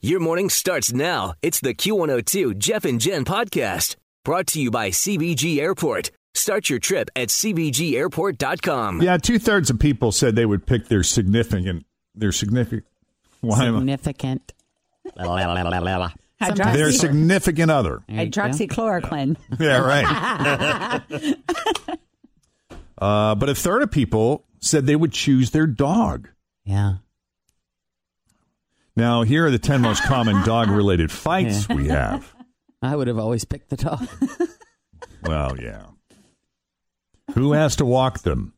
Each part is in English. Your morning starts now. It's the Q102 Jeff and Jen podcast brought to you by CBG Airport. Start your trip at CBGAirport.com. Yeah, two thirds of people said they would pick their significant, their significant, why am I- significant their hydroxy, significant other. hydroxychloroquine. Yeah, right. uh, but a third of people said they would choose their dog. Yeah. Now, here are the ten most common dog-related fights we have. I would have always picked the dog. Well, yeah. Who has to walk them?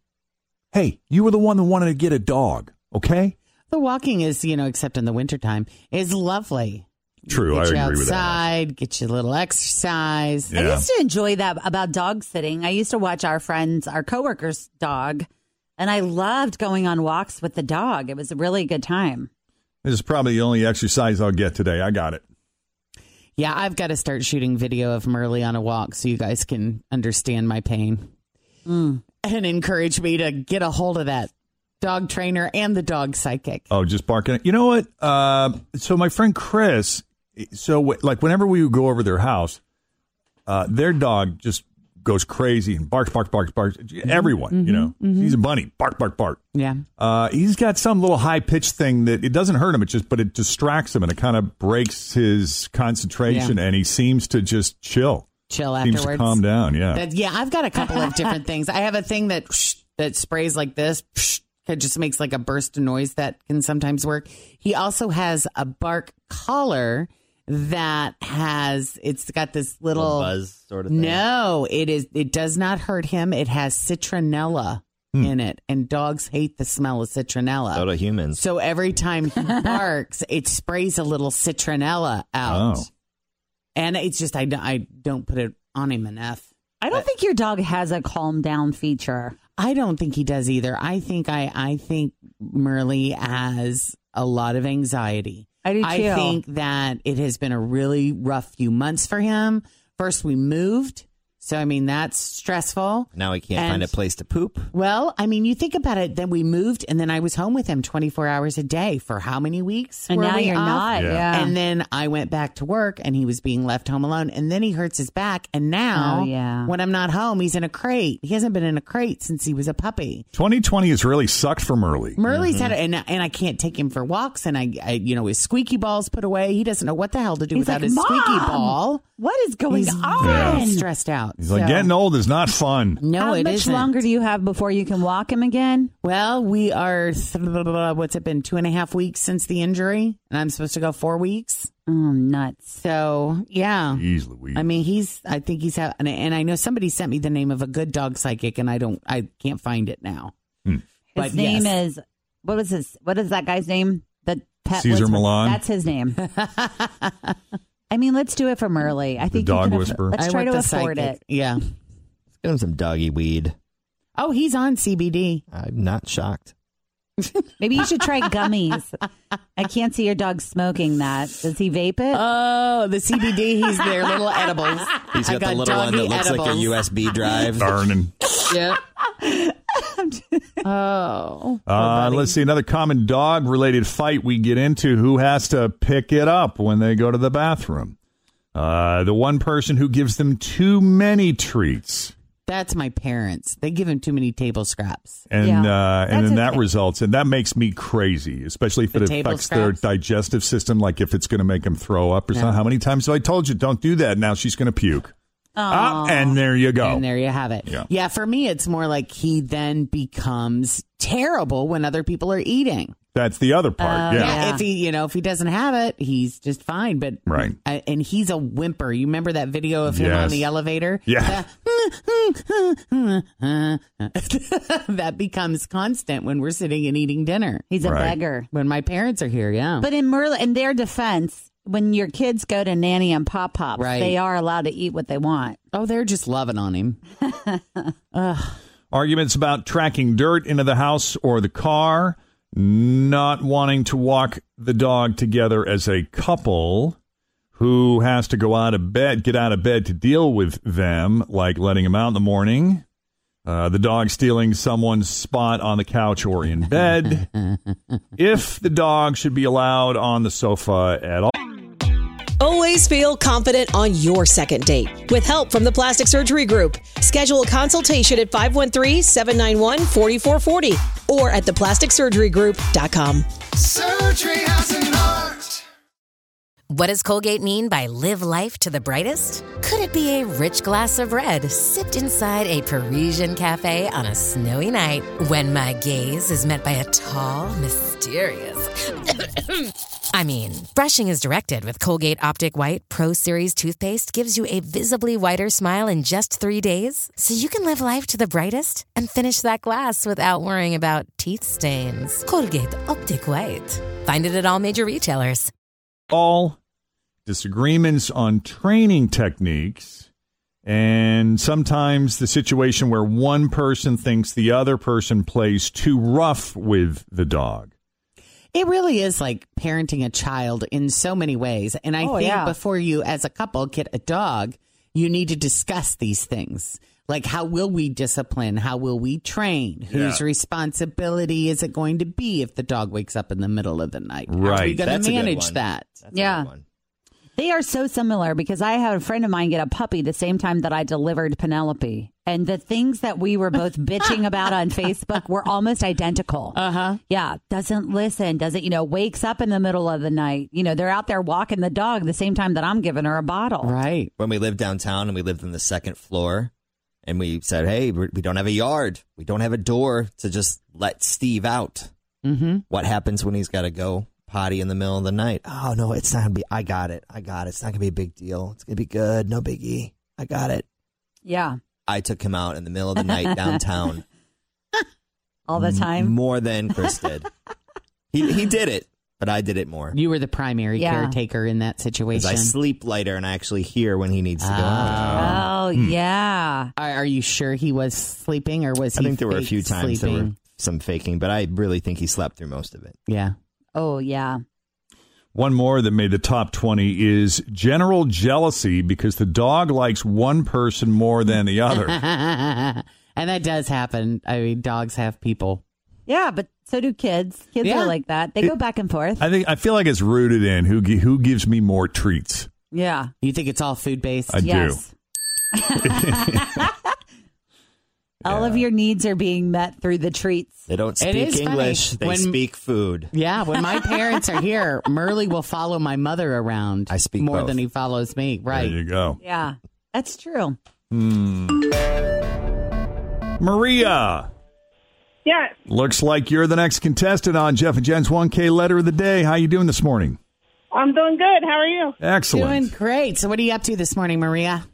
Hey, you were the one that wanted to get a dog. Okay. the walking is, you know, except in the wintertime, is lovely. True, Get I you agree outside, with that. Get you a little exercise. I Yeah. used to enjoy that about dog sitting. I used to watch our friends, our coworkers' dog, and I loved going on walks with the dog. It was a really good time. This is probably the only exercise I'll get today. I got it. Yeah, I've got to start shooting video of Merle on a walk so you guys can understand my pain and encourage me to get a hold of that dog trainer and the dog psychic. Oh, just barking. You know what? Uh, so my friend Chris, so w- like whenever we would go over their house, uh, their dog just goes crazy and barks, barks, barks, barks. Mm-hmm. Everyone, you know, he's a bunny, bark, bark, bark. Yeah. Uh, he's got some little high pitched thing that it doesn't hurt him. It just, but it distracts him and it kind of breaks his concentration, and he seems to just chill, Chill seems afterwards. to calm down. Yeah, Oh. That, yeah, I've got a couple of different things. I have a thing that that sprays like this. It just makes like a burst of noise that can sometimes work. He also has a bark collar that has it's got this little, buzz sort of thing. No, it is it does not hurt him. It has citronella Hmm. in it, and dogs hate the smell of citronella. So do humans. So every time he barks, it sprays a little citronella out. Oh. And it's just, I, don't- I don't put it on him enough. I don't think your dog has a calm down feature. I don't think he does either. I think I, I think Merle has a lot of anxiety. I do I too. think that it has been a really rough few months for him. First, we moved, so I mean that's stressful. now he can't And- find a place to poop. Well, I mean, you think about it. Then we moved, and then I was home with him twenty four hours a day for how many weeks? And were now we you're off? not. Yeah. Yeah. And then I went back to work and he was being left home alone. And then he hurts his back. And now, Oh, yeah. when I'm not home, he's in a crate. He hasn't been in a crate since he was a puppy. twenty twenty has really sucked for Merle. Merle's had, Mm-hmm. and, and I can't take him for walks. And I, I, you know, his squeaky ball's put away. He doesn't know what the hell to do He's without like, his squeaky "Mom, ball. What is going he's on? very stressed out. He's like So- getting old is not fun. No, How it much isn't. longer do you have before you can walk him again? Well, we are, th- blah, blah, blah, what's it been, two and a half weeks since the injury? And I'm supposed to go four weeks. Oh, nuts. So, yeah. Jeez Louise. I mean, he's. I think he's had, and, and I know somebody sent me the name of a good dog psychic, and I don't. I can't find it now. Hmm. His But name yes. is what was his what is that guy's name? The pet Caesar whisperer. Milan? That's his name. I mean, let's do it from early. I think you dog can aff- whisperer. Let's I try want to the afford psychic. it. Yeah. Let's get him some doggy weed. Oh, he's on CBD. I'm not shocked. Maybe you should try gummies. I can't see your dog smoking that. Does he vape it? Oh, the CBD. He's there. Little edibles. He's I got, the little one that doggy looks like a edibles. USB drive. burning. Yep. oh. Uh, let's see another common dog related fight we get into who has to pick it up when they go to the bathroom. Uh, the one person who gives them too many treats. That's my parents. They give him too many table scraps. and Yeah. uh, and That's then that okay. results, and that makes me crazy, especially if The it table affects their scraps? digestive system, like if it's going to make them throw up or Yeah. something. How many times have I told you don't do that? Now she's going to puke. Ah, and there you go. Oh. And there you have it. Yeah. for me, it's more like he then becomes terrible when other people are eating. That's the other part. Oh, yeah. yeah. If he, you know, if he doesn't have it, he's just fine. But Right. I, and he's a whimper. You remember that video of him on Yes. the elevator? Yeah. that becomes constant when we're sitting and eating dinner. He's a Right. beggar. When my parents are here, yeah. But in Merlin, in their defense, when your kids go to nanny and pop pops, Right. they are allowed to eat what they want. oh, they're just loving on him. Arguments about tracking dirt into the house or the car, not wanting to walk the dog together as a couple who has to go out of bed, get out of bed to deal with them, like letting him out in the morning, uh, the dog stealing someone's spot on the couch or in bed, if the dog should be allowed on the sofa at all. Always feel confident on your second date. With help from the Plastic Surgery Group, schedule a consultation at 513 791 4440 or at theplasticsurgerygroup.com. Surgery has an art. What does Colgate mean by live life to the brightest? Could it be a rich glass of red sipped inside a Parisian cafe on a snowy night when my gaze is met by a tall, mysterious. I mean, brushing is directed with Colgate Optic White Pro Series toothpaste gives you a visibly whiter smile in just three days, so you can live life to the brightest and finish that glass without worrying about teeth stains. Colgate Optic White. Find it at all major retailers. all disagreements on training techniques and sometimes the situation where one person thinks the other person plays too rough with the dog. It really is like parenting a child in so many ways. And I Oh, think yeah. before you, as a couple, get a dog, you need to discuss these things. Like, how will we discipline? How will we train? Whose responsibility is it going to be if the dog wakes up in the middle of the night? How are you Right. going That's to a good manage one. that? That's a good Yeah. one. They are so similar because I had a friend of mine get a puppy the same time that I delivered Penelope. And the things that we were both bitching about on Facebook were almost identical. Uh Uh-huh. huh. Yeah. Doesn't listen, doesn't, you know, wakes up in the middle of the night. You know, they're out there walking the dog the same time that I'm giving her a bottle. Right. When we lived downtown and we lived on the second floor, and we said, "Hey, we're- we don't have a yard. We don't have a door to just let Steve out. Mm-hmm. What happens when he's got to go potty in the middle of the night? Oh no, it's not gonna be. I got it. I got it. It's not gonna be a big deal. It's gonna be good. No biggie. I got it. Yeah. I took him out in the middle of the night downtown. All Mm, the time. More than Chris did. he he did it, but I did it more. You were the primary Yeah. caretaker in that Because situation. I sleep lighter and I actually hear when he needs to go Ah. out. Oh, yeah. are, are you sure he was sleeping or was I he think there were a fake few times sleeping? there were some faking, but I really think he slept through most of it. Yeah. Oh, yeah. One more that made the top 20 is general jealousy because the dog likes one person more than the other. and that does happen. I mean, dogs have people. Yeah. But so do kids. Kids Yeah. are like that. They go back and forth. I think I feel like it's rooted in who gi- who gives me more treats. yeah. You think it's all food based? I do. yes. All of your needs are being met through the treats. They don't It is speak English, funny. they When- speak food. yeah, when my parents are here, Merle will follow my mother around. I speak more both. than he follows me. Right. There you go. Yeah. That's true. Maria. Yes, Looks like you're the next contestant on Jeff and Jen's 1K letter of the day. How you doing this morning? I'm doing good. How are you? Excellent. Doing great. So, what are you up to this morning, Maria?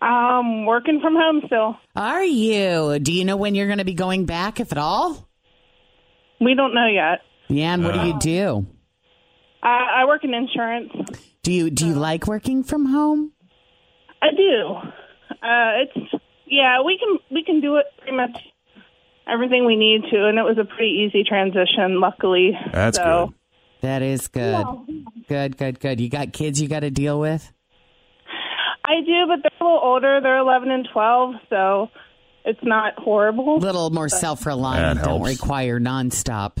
Um, working from home still. Are you? Do you know when you're going to be going back, if at all? We don't know yet. Yeah. And what Uh. do you do? I, I work in insurance. Do you do you like working from home? I do. Uh, it's yeah. We can we can do it pretty much everything we need to, and it was a pretty easy transition. Luckily, That's so, That is good. Good, good, good. You got kids you got to deal with? I do, but they're a little older. They're 11 and 12, so it's not horrible. little more self reliant, That don't helps. require nonstop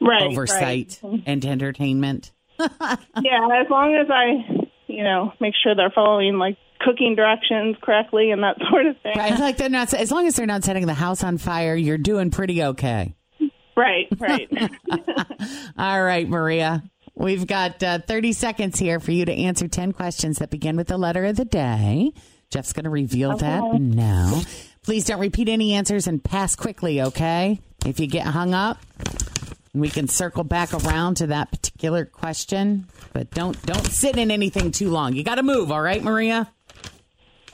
right, oversight and entertainment. Right. Yeah, as long as I you know make sure they're following like cooking directions correctly and that sort of thing. I feel like they're not, as long as they're not setting the house on fire, you're doing pretty okay. Right, right. All right, Maria. We've got uh, 30 seconds here for you to answer 10 questions that begin with the letter of the day. Jeff's going to reveal that now. Please don't repeat any answers and pass quickly, okay? If you get hung up, we can circle back around to that particular question, but don't don't sit in anything too long. You got to move, all right, Maria?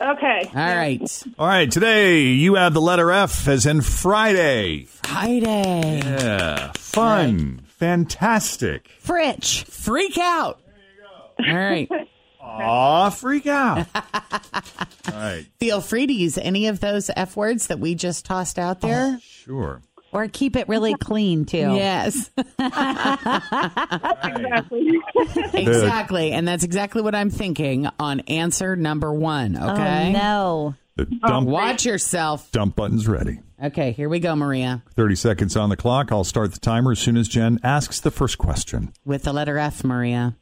okay. All right. All right, today you have the letter F as in Friday. Friday. Yeah, fun, fantastic. Fritch. Freak out. There you go. All right. Aw, freak out. All right, Feel free to use any of those F words that we just tossed out there. sure. Or keep it really clean, too. Oh, Yes, Exactly. exactly. And that's exactly what I'm thinking on answer number one. Oh, Okay. no. The dump Watch yourself. dump button's ready. Okay, here we go, Maria, 30 seconds on the clock. I'll start the timer as soon as Jen asks the first question. with the letter F, Maria.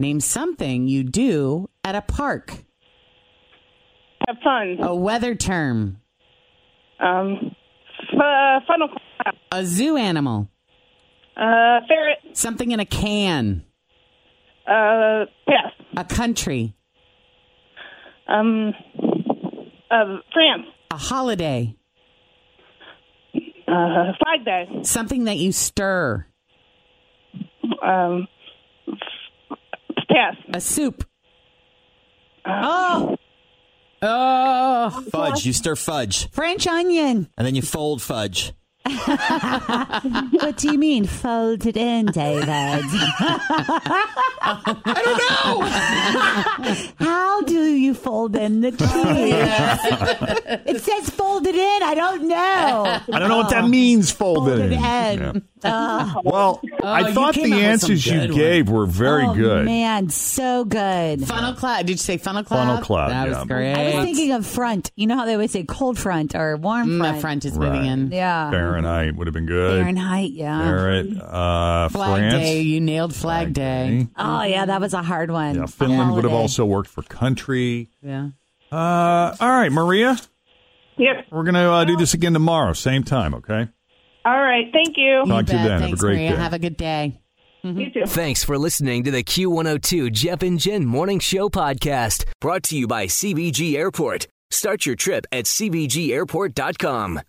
Name something you do at a park, Have fun. a weather term, Um, f- uh, funnel, a zoo animal, uh, ferret, something in a can, uh, pass. a country, Um, uh, France, a holiday, uh, Flag Day, something that you stir, um, f- pass. a soup. Oh. Oh. Fudge. You stir fudge, French onion. and then you fold fudge. What do you mean, fold it in, David? I don't know. How do you fold in the cheese? it says fold it in. I don't know. I don't know what Oh. that means, folded, Folded in. in. Yeah. Well, I Uh. Oh, you thought came the up with answers some you good gave were very Oh, good. Man, so good. Funnel cloud. Did you say funnel cloud? Funnel cloud, That yeah. was great. I was thinking of front. You know how they always say cold front or warm Mm, front? the front is Right. moving in. Yeah. Fahrenheit would have been good. Fahrenheit, yeah. Barrett, uh, Flag France. Day. You nailed Flag, Day. Oh, yeah, that was a hard one. Yeah, Finland would have Holiday. also worked for country. Yeah. Uh, all right, Maria, Yep. we're going to uh, do this again tomorrow, same time, okay? All right. Thank you. Talk You to you bet. then. Have a Thanks, great Maria. day. Have a good day. You too. Thanks for listening to the Q102 Jeff and Jen Morning Show podcast, brought to you by CBG Airport. Start your trip at CBGAirport.com.